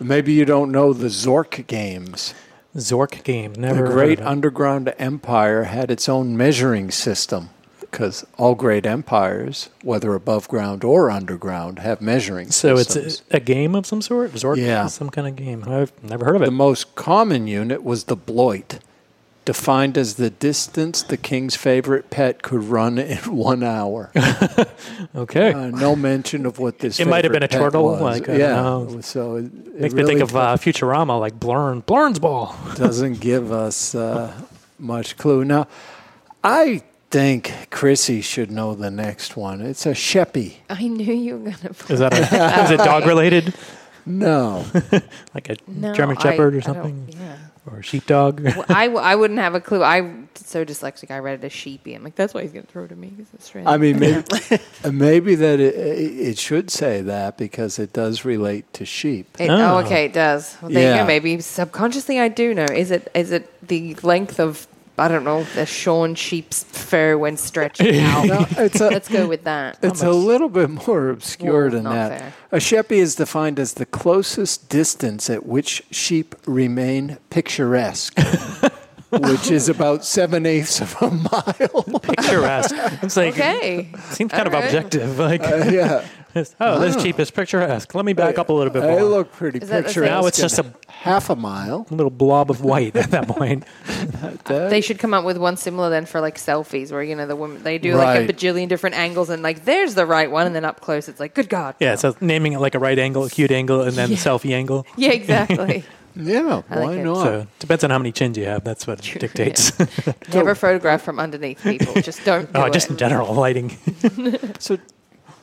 Speaker 2: Maybe you don't know the Zork games.
Speaker 3: Zork game, never. heard
Speaker 2: The
Speaker 3: of
Speaker 2: great
Speaker 3: it.
Speaker 2: underground empire had its own measuring system because all great empires, whether above ground or underground, have measuring
Speaker 3: So
Speaker 2: systems.
Speaker 3: it's a, a game of some sort. Zork,
Speaker 2: Yeah.
Speaker 3: is some kind of game. I've never heard of it.
Speaker 2: The most common unit was the bloit, defined as the distance the king's favorite pet could run in one hour.
Speaker 3: Okay.
Speaker 2: Uh, no mention of what this.
Speaker 3: It might have been a
Speaker 2: favorite pet
Speaker 3: turtle,
Speaker 2: was.
Speaker 3: like, uh, I don't
Speaker 2: yeah.
Speaker 3: know.
Speaker 2: So it, it
Speaker 3: Makes me
Speaker 2: really
Speaker 3: think of uh, Futurama, like Blurn, Blurn's uh, ball.
Speaker 2: doesn't give us uh, much clue. Now, I think Chrissy should know the next one. It's a sheppy.
Speaker 5: I knew you were gonna.
Speaker 3: Is that a, is it dog related?
Speaker 2: No.
Speaker 3: like a
Speaker 5: No,
Speaker 3: German
Speaker 5: I-
Speaker 3: Shepherd
Speaker 5: I
Speaker 3: or
Speaker 5: don't-
Speaker 3: something,
Speaker 5: yeah.
Speaker 3: or a sheepdog.
Speaker 5: Well, I, w- I wouldn't have a clue. I'm so dyslexic. I read it as sheepy. I'm like, that's why he's gonna throw to me. 'cause it's Australian.
Speaker 2: I mean, maybe, uh, maybe that it, it should say that because it does relate to sheep.
Speaker 5: It, oh. okay, it does. Well, there you
Speaker 2: Yeah.
Speaker 5: go. Maybe subconsciously I do know. Is it is it the length of I don't know the shorn sheep's fur when stretching out?
Speaker 2: No, it's a-
Speaker 5: Let's go with that.
Speaker 2: It's a little bit more obscure
Speaker 5: Well,
Speaker 2: than
Speaker 5: not
Speaker 2: that.
Speaker 5: fair.
Speaker 2: A sheppy is defined as the closest distance at which sheep remain picturesque, which is about seven eighths of a mile.
Speaker 3: picturesque. It's like
Speaker 5: Okay.
Speaker 3: seems kind of
Speaker 5: All right.
Speaker 3: objective. Like
Speaker 2: Uh, yeah.
Speaker 3: it's, oh, this
Speaker 2: Wow.
Speaker 3: cheap is picturesque. Let me back up a little bit
Speaker 2: They
Speaker 3: more.
Speaker 2: look pretty
Speaker 5: Is that the same-
Speaker 2: picturesque.
Speaker 3: Now it's
Speaker 2: at
Speaker 3: just a
Speaker 2: half a mile.
Speaker 3: little blob of white at that point.
Speaker 5: They should come up with one similar then for like selfies, where you know the woman they do like a
Speaker 2: Right.
Speaker 5: bajillion different angles, and like there's the right one, and then up close it's like, good God.
Speaker 3: Yeah, so naming it like a right angle, acute angle, and then selfie angle.
Speaker 5: Yeah, exactly.
Speaker 2: Yeah,
Speaker 5: I like
Speaker 2: why
Speaker 5: it.
Speaker 2: not?
Speaker 3: So depends on how many chins you have. That's what it dictates.
Speaker 5: Never photograph from underneath people. Just don't. Do
Speaker 3: oh, just
Speaker 5: it.
Speaker 3: in general lighting.
Speaker 2: So,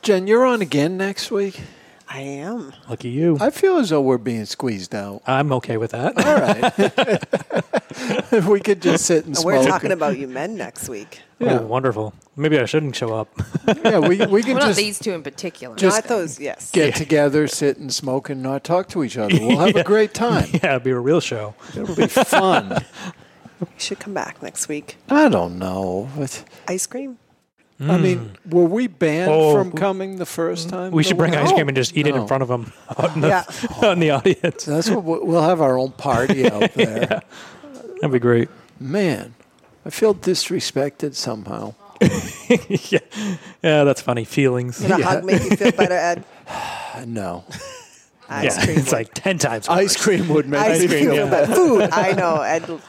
Speaker 2: Jen, you're on again next week.
Speaker 4: I am.
Speaker 3: Lucky you.
Speaker 2: I feel as though we're being squeezed out.
Speaker 3: I'm okay with that.
Speaker 2: All right. if we could just sit and smoke.
Speaker 4: We're talking about you men next week.
Speaker 2: Yeah.
Speaker 3: Oh, wonderful. Maybe I shouldn't show up.
Speaker 2: yeah, we, we can
Speaker 5: Well, not
Speaker 2: just
Speaker 5: these two in particular.
Speaker 2: Just-
Speaker 4: Not those. Yes.
Speaker 2: get together, sit and smoke, and not talk to each other. We'll have a great time.
Speaker 3: yeah, it'd be a real show.
Speaker 2: It'll be fun.
Speaker 4: You should come back next week.
Speaker 2: I don't know. But,
Speaker 4: Ice cream.
Speaker 2: I mean, were we banned
Speaker 3: Hmm. Oh. Hmm.
Speaker 2: from coming the first time?
Speaker 3: We should bring ice cream and just eat it
Speaker 2: No.
Speaker 3: in front of them out in the,
Speaker 4: Yeah.
Speaker 3: out in the audience.
Speaker 2: That's what we- we'll have our own party out there.
Speaker 3: That'd be great.
Speaker 2: Man, I feel disrespected somehow.
Speaker 3: yeah. yeah, that's funny. Feelings.
Speaker 4: Did a hug make you feel better, Ed?
Speaker 2: Uh, No.
Speaker 4: Ice
Speaker 3: Yeah,
Speaker 4: cream.
Speaker 3: it's like ten times.
Speaker 2: Ice
Speaker 3: worse.
Speaker 2: cream would make
Speaker 4: ice
Speaker 2: me
Speaker 4: cream.
Speaker 2: feel
Speaker 4: feel better. Food. I know. Ed,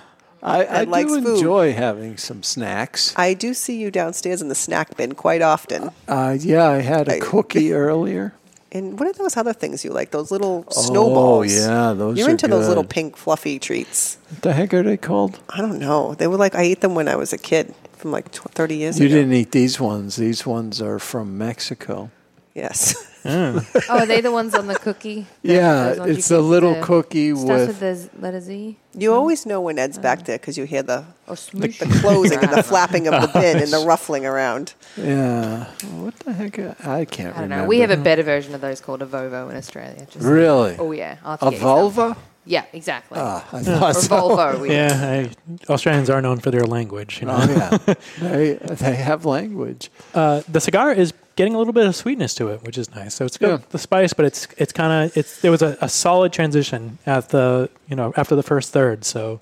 Speaker 2: I, I
Speaker 4: Ed likes
Speaker 2: do
Speaker 4: food.
Speaker 2: enjoy having some snacks.
Speaker 4: I do see you downstairs in the snack bin quite often.
Speaker 2: Uh, yeah, I had a cookie earlier.
Speaker 4: And what are those other things you like? Those little snowballs.
Speaker 2: Oh, yeah, those
Speaker 4: You're
Speaker 2: are
Speaker 4: into those little
Speaker 2: good.
Speaker 4: pink fluffy treats.
Speaker 2: What the heck are they called?
Speaker 4: I don't know. They were like I ate them when I was a kid, from like tw- thirty years
Speaker 2: You
Speaker 4: ago.
Speaker 2: didn't eat these ones. These ones are from Mexico.
Speaker 4: Yes.
Speaker 5: Oh, are they the ones on the cookie?
Speaker 2: Yeah,
Speaker 5: Those ones you
Speaker 2: it's a
Speaker 5: keep
Speaker 2: little
Speaker 5: the-
Speaker 2: cookie
Speaker 5: starts
Speaker 2: with.
Speaker 5: with the z- letter Z.
Speaker 4: You always know when Ed's back there because you hear the, the,
Speaker 5: smoosh.
Speaker 4: the closing and the flapping of the bin and the ruffling around.
Speaker 2: Yeah. What the heck? I can't
Speaker 5: I don't
Speaker 2: remember.
Speaker 5: know. We have a better version of those called a Vovo in Australia. Just
Speaker 2: Really?
Speaker 5: Oh yeah. I'll have to
Speaker 2: A
Speaker 5: get you some.
Speaker 2: vulva?
Speaker 5: Yeah, exactly.
Speaker 2: Ah, I
Speaker 5: Or
Speaker 2: thought so.
Speaker 5: Volvo. We
Speaker 3: yeah, I, Australians are known for their language. You know?
Speaker 2: Oh, yeah. they, they have language.
Speaker 3: Uh, the cigar is getting a little bit of sweetness to it, which is nice. So it's got the spice, but it's it's kind of it's there was a, a solid transition at the you know after the first third. So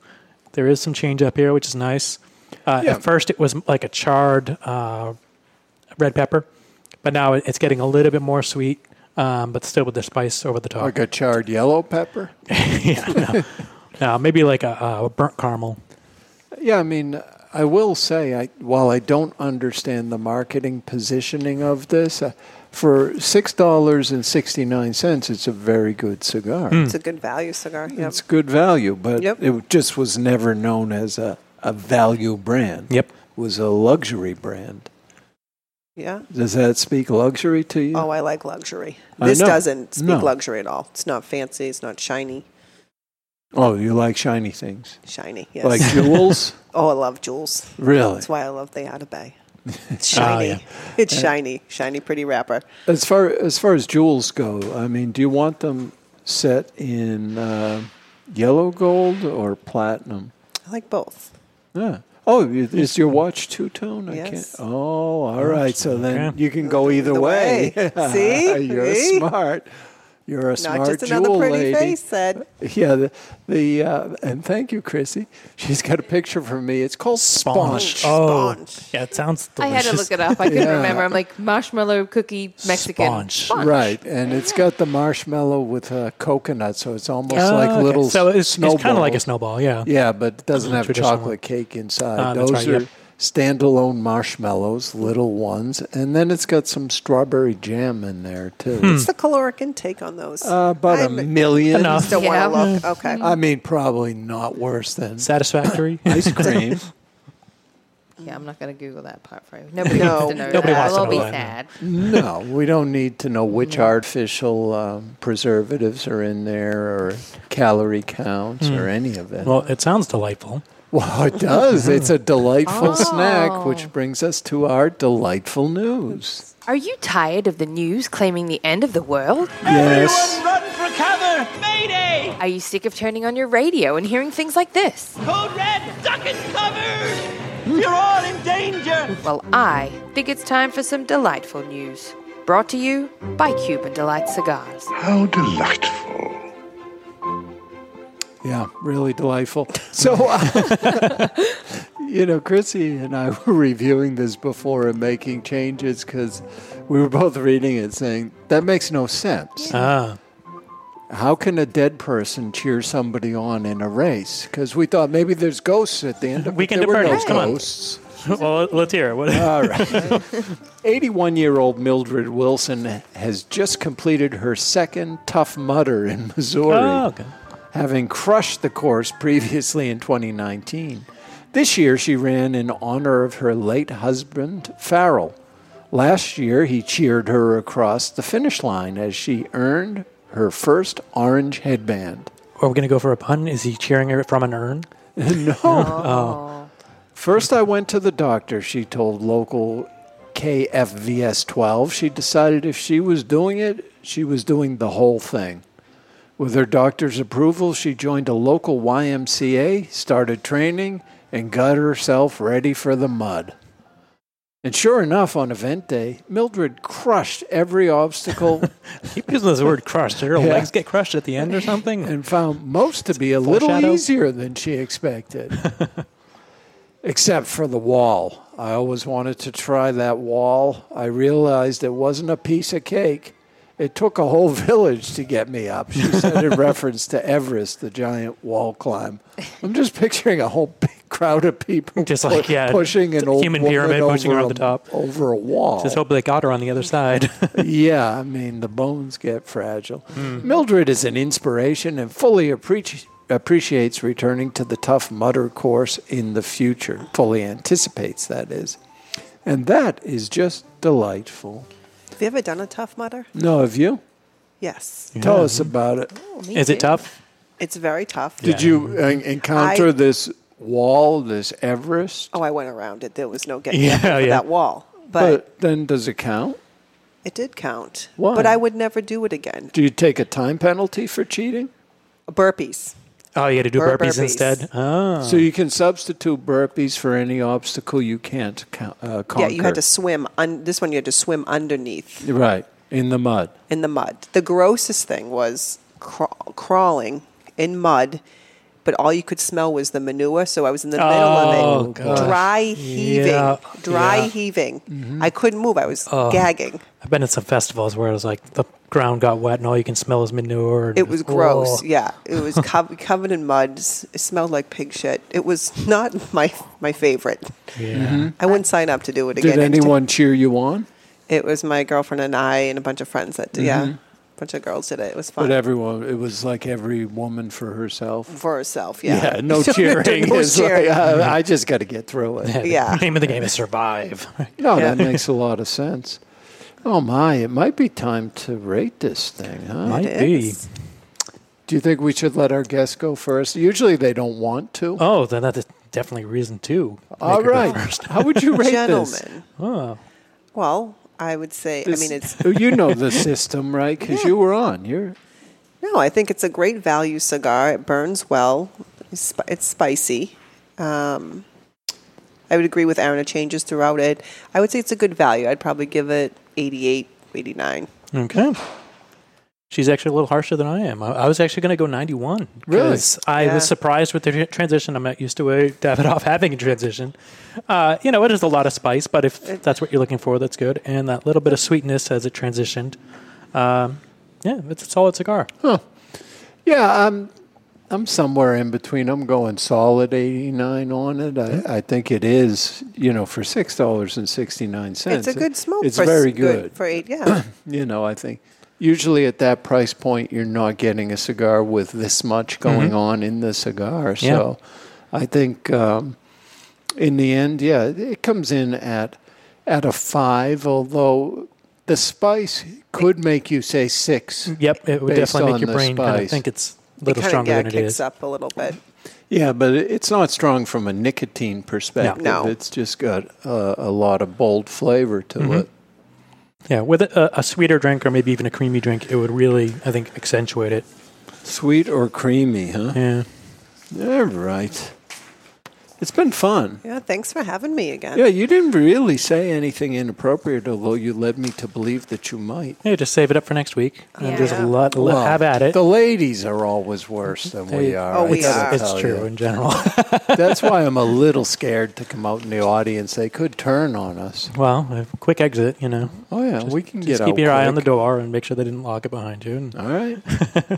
Speaker 3: there is some change up here, which is nice. Uh,
Speaker 2: Yeah.
Speaker 3: At first, it was like a charred uh, red pepper, but now it- it's getting a little bit more sweet, um, but still with the spice over the top.
Speaker 2: Like a charred yellow pepper?
Speaker 3: yeah, no, no, maybe like a, a burnt caramel.
Speaker 2: Yeah, I mean, I will say, I, while I don't understand the marketing positioning of this, uh, for six dollars and sixty nine cents, it's a very good cigar.
Speaker 4: It's a good value cigar. Yep.
Speaker 2: It's good value, but
Speaker 4: Yep.
Speaker 2: it just was never known as a, a value brand.
Speaker 3: Yep,
Speaker 2: it was a luxury brand.
Speaker 4: yeah.
Speaker 2: Does that speak luxury to you?
Speaker 4: Oh, I like luxury.
Speaker 2: I
Speaker 4: This
Speaker 2: know.
Speaker 4: doesn't speak
Speaker 2: No.
Speaker 4: luxury at all. It's not fancy. It's not shiny.
Speaker 2: Oh, you like shiny things,
Speaker 4: Shiny. Yes.
Speaker 2: like jewels.
Speaker 4: oh, I love jewels.
Speaker 2: Really?
Speaker 4: That's why I love the Outer Bay. It's
Speaker 2: Oh,
Speaker 4: shiny.
Speaker 2: yeah.
Speaker 4: It's
Speaker 2: Yeah.
Speaker 4: shiny. Shiny, pretty wrapper.
Speaker 2: As far as far as jewels go, I mean, do you want them set in uh, yellow gold or platinum?
Speaker 4: I like both.
Speaker 2: Yeah. Oh, y- is your watch two tone? I
Speaker 4: Yes.
Speaker 2: can't. Oh, all right. So then
Speaker 3: Okay.
Speaker 2: you can go either way.
Speaker 4: way. See?
Speaker 2: you're
Speaker 4: See?
Speaker 2: smart. You're a smart
Speaker 4: Not just another
Speaker 2: jewel lady.
Speaker 4: pretty face, said.
Speaker 2: Yeah, the, the uh, and thank you, Chrissy. She's got a picture for me. It's called sponge.
Speaker 3: Oh, yeah, it sounds.
Speaker 5: I had
Speaker 3: Delicious.
Speaker 5: to look it up. I couldn't
Speaker 2: Yeah.
Speaker 5: remember. I'm like marshmallow cookie Mexican.
Speaker 3: Sponge.
Speaker 2: Right, and it's got the marshmallow with uh, coconut, so it's almost like
Speaker 3: Oh, okay.
Speaker 2: little
Speaker 3: So it's,
Speaker 2: snowballs.
Speaker 3: it's kind of like a snowball, yeah. Mm,
Speaker 2: Yeah, but it doesn't have
Speaker 3: Traditional
Speaker 2: chocolate cake inside.
Speaker 3: Ah, that's
Speaker 2: Those
Speaker 3: right,
Speaker 2: are
Speaker 3: yep.
Speaker 2: standalone marshmallows, little ones, and then it's got some strawberry jam in there too.
Speaker 3: Hmm.
Speaker 4: What's the caloric intake on those?
Speaker 2: Hmm. Uh, about a
Speaker 4: I'm-
Speaker 2: million.
Speaker 3: Enough.
Speaker 4: Still
Speaker 5: Yeah.
Speaker 4: want to look. Okay.
Speaker 2: I mean, probably not worse than
Speaker 3: Satisfactory.
Speaker 2: ice cream.
Speaker 5: Yeah, I'm not going to Google that part for you. Nobody
Speaker 4: No.
Speaker 5: wants to know
Speaker 3: Nobody
Speaker 5: that.
Speaker 3: wants to
Speaker 5: I'll
Speaker 3: know
Speaker 5: be
Speaker 3: that, no.
Speaker 5: sad.
Speaker 2: no, we don't need to know which artificial um, preservatives are in there or calorie counts or any of it.
Speaker 3: Hmm. well, it sounds delightful.
Speaker 2: Well, it does. It's a delightful snack,
Speaker 5: Oh.
Speaker 2: which brings us to our delightful news.
Speaker 5: Are you tired of the news claiming the end of the world?
Speaker 2: Yes.
Speaker 9: Run for cover! Mayday!
Speaker 5: Are you sick of turning on your radio and hearing things like this?
Speaker 9: Code red! Duck and cover! You're all in danger!
Speaker 5: Well, I think it's time for some delightful news. Brought to you by Cuban Delight Cigars.
Speaker 10: How delightful.
Speaker 2: Yeah, really delightful. So, uh, you know, Chrissy and I were reviewing this before and making changes because we were both reading it saying, that makes no sense.
Speaker 3: Ah,
Speaker 2: How can a dead person cheer somebody on in a race? Because we thought maybe there's ghosts at the end of it.
Speaker 3: Weekend
Speaker 2: There
Speaker 3: at
Speaker 2: were
Speaker 3: Bernie's,
Speaker 2: no
Speaker 3: come on.
Speaker 2: ghosts.
Speaker 3: well, let's hear it. What-
Speaker 2: All right. 81 year old Mildred Wilson has just completed her second Tough Mudder in Missouri,
Speaker 3: Oh, okay.
Speaker 2: having crushed the course previously in 2019. This year, she ran in honor of her late husband, Farrell. Last year, he cheered her across the finish line as she earned her first orange headband.
Speaker 3: Are we going to go for a pun? Is he cheering it from an urn?
Speaker 2: Uh,
Speaker 3: Oh.
Speaker 2: First, I went to the doctor, she told local KFVS 12. She decided if she was doing it, she was doing the whole thing. With her doctor's approval, she joined a local YMCA, started training, and got herself ready for the mud. And sure enough, on event day, Mildred crushed every obstacle
Speaker 3: Keep using this word crushed. Did her
Speaker 2: Yeah.
Speaker 3: legs get crushed at the end or something?
Speaker 2: and found most to be a little
Speaker 3: foreshadow.
Speaker 2: easier than she expected. Except for the wall. I always wanted to try that wall. I realized it wasn't a piece of cake. It took a whole village to get me up, she said in reference to Everest, the giant wall climb. I'm just picturing a whole big crowd of people
Speaker 3: Just like, yeah,
Speaker 2: pushing an
Speaker 3: t-
Speaker 2: old
Speaker 3: human
Speaker 2: woman
Speaker 3: pyramid pushing her
Speaker 2: over
Speaker 3: on the
Speaker 2: a-
Speaker 3: top.
Speaker 2: over a wall
Speaker 3: Just hope they got her on the other side.
Speaker 2: yeah, I mean, the bones get fragile.
Speaker 4: Mm.
Speaker 3: Mm.
Speaker 2: Mildred is an inspiration and fully appreci- appreciates returning to the tough mutter course in the future, fully anticipates, that is. And that is just delightful.
Speaker 4: Have you ever done a tough mutter?
Speaker 2: No, have you?
Speaker 4: Yes.
Speaker 2: Tell us about it.
Speaker 4: Oh,
Speaker 2: Is
Speaker 4: me too. It's very tough.
Speaker 2: Did you en- encounter
Speaker 4: I-
Speaker 2: this wall, this Everest?
Speaker 4: Oh, I went around it. There was no getting
Speaker 2: Yeah,
Speaker 4: up over
Speaker 2: yeah.
Speaker 4: that wall, but,
Speaker 2: then does it count?
Speaker 4: it did count.
Speaker 2: Why?
Speaker 4: But I would never do it again.
Speaker 2: Do you take a time penalty for cheating?
Speaker 4: Burpees.
Speaker 3: Oh, you got to do
Speaker 4: Bur-
Speaker 3: burpees,
Speaker 4: burpees.
Speaker 3: instead. Oh.
Speaker 2: So you can substitute burpees for any obstacle you can't co- uh, conquer.
Speaker 4: Yeah, you had to swim. Un- this one you had to swim underneath
Speaker 2: Right in the mud.
Speaker 4: in the mud. The grossest thing was craw- crawling in mud. But all you could smell was the manure, so I was in the middle of
Speaker 3: Oh,
Speaker 4: it,
Speaker 3: gosh.
Speaker 4: dry heaving,
Speaker 3: Yeah,
Speaker 4: dry
Speaker 3: yeah.
Speaker 4: heaving.
Speaker 2: Mm-hmm.
Speaker 4: I couldn't move; I was
Speaker 3: Oh.
Speaker 4: gagging.
Speaker 3: I've been at some festivals where it was like the ground got wet and all you can smell is manure. and
Speaker 4: It was gross.
Speaker 3: Oh.
Speaker 4: Yeah, it was cov- covered in mud. s- It smelled like pig shit. It was not my my favorite.
Speaker 2: Yeah. Mhm.
Speaker 4: I wouldn't sign up to do it again.
Speaker 2: Did anyone cheer you on?
Speaker 4: It was my girlfriend and I and a bunch of friends that yeah,
Speaker 2: Mm-hmm.
Speaker 4: a bunch of girls did it. It was fun
Speaker 2: But everyone, it was like every woman for herself.
Speaker 4: for herself. Yeah,
Speaker 2: no cheering.
Speaker 4: no
Speaker 2: is
Speaker 4: cheering.
Speaker 2: Like, uh, I just got to get through
Speaker 3: Yeah,
Speaker 2: it.
Speaker 3: oh, the name of the game is survive.
Speaker 2: No, that makes a lot of sense. Oh my, it might be time to rate this thing, huh?
Speaker 3: Might It be. is.
Speaker 2: Do you think we should let our guests go first? Usually they don't want to.
Speaker 3: Oh, then that's definitely reason two.
Speaker 2: All right. How would you rate this?
Speaker 4: Gentlemen.
Speaker 3: Oh.
Speaker 4: Well, I would say. I
Speaker 2: This-
Speaker 4: mean, it's
Speaker 2: Oh, you know the system, right? Because you were on. You're
Speaker 4: No, I think it's a great value cigar. It burns well. It's sp- It's spicy. Um, I would agree with Aaron. It changes throughout it. I would say it's a good value. I'd probably give it 88, 89.
Speaker 3: Okay. She's actually a little harsher than I am. I, I was actually going to go 91. 'cause I
Speaker 4: Yeah.
Speaker 3: was surprised with the tr- transition. I'm not used to a Davidoff having a transition. Uh, you know, it is a lot of spice, but if that's what you're looking for, that's good. And that little bit of sweetness as it transitioned. Um, yeah, it's a solid cigar.
Speaker 2: Huh. Yeah, I'm I'm somewhere in between. I'm going solid eighty nine on it.
Speaker 4: Mm-hmm.
Speaker 2: I, I think it is, you know, for six dollars and sixty nine cents.
Speaker 4: It's a good smoke.
Speaker 2: It's
Speaker 4: for s-
Speaker 2: very good.
Speaker 4: for eight. Yeah,
Speaker 2: you know, I think usually at that price point you're not getting a cigar with this much going
Speaker 3: Mhm.
Speaker 2: on in the cigar.
Speaker 3: Yeah.
Speaker 2: So I think um, in the end, yeah, it- it comes in at at a five, although the spice could make you say six.
Speaker 3: Yep, it would
Speaker 2: based on
Speaker 3: definitely make your
Speaker 2: the
Speaker 3: brain kind of
Speaker 2: spice.
Speaker 3: think it's a
Speaker 4: it
Speaker 3: little
Speaker 4: kind of
Speaker 3: stronger
Speaker 4: yeah,
Speaker 3: than it
Speaker 4: kicks
Speaker 3: is.
Speaker 4: up a little bit.
Speaker 2: Yeah, but it- it's not strong from a nicotine perspective.
Speaker 4: No.
Speaker 2: It's just got a, a lot of bold flavor to
Speaker 3: Mhm.
Speaker 2: it.
Speaker 3: Yeah, with a, a sweeter drink or maybe even a creamy drink, it would really, I think, accentuate it.
Speaker 2: Sweet or creamy, huh?
Speaker 3: Yeah.
Speaker 2: All right. It's been fun.
Speaker 4: Yeah, thanks for having me again.
Speaker 2: Yeah, you didn't really say anything inappropriate, although you led me to believe that you might.
Speaker 3: Yeah, just save it up for next week and just
Speaker 2: Yeah.
Speaker 3: let, let,
Speaker 2: Well,
Speaker 3: have at it.
Speaker 2: The ladies are always worse than we
Speaker 3: They-
Speaker 2: are.
Speaker 3: Oh,
Speaker 2: I
Speaker 3: we
Speaker 2: gotta
Speaker 3: are. It's
Speaker 2: tell
Speaker 3: true
Speaker 2: you.
Speaker 3: in general.
Speaker 2: That's why I'm a little scared to come out in the audience. They could turn on us.
Speaker 3: Well, a quick exit, you know.
Speaker 2: Oh yeah, we can
Speaker 3: just
Speaker 2: get
Speaker 3: keep
Speaker 2: out
Speaker 3: your eye on the
Speaker 2: quick.
Speaker 3: door and make sure they didn't lock it behind you. And
Speaker 2: All right.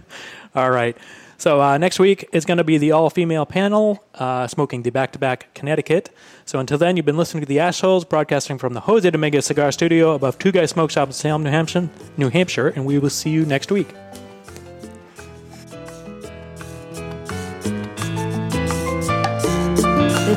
Speaker 3: All right. So uh, next week is going to be the all-female panel uh, smoking the back-to-back Connecticut. So until then, you've been listening to the Assholes broadcasting from the Jose Dominguez Cigar Studio above Two Guys Smoke Shop in Salem, New Hampshire, New Hampshire, and we will see you next week.
Speaker 11: The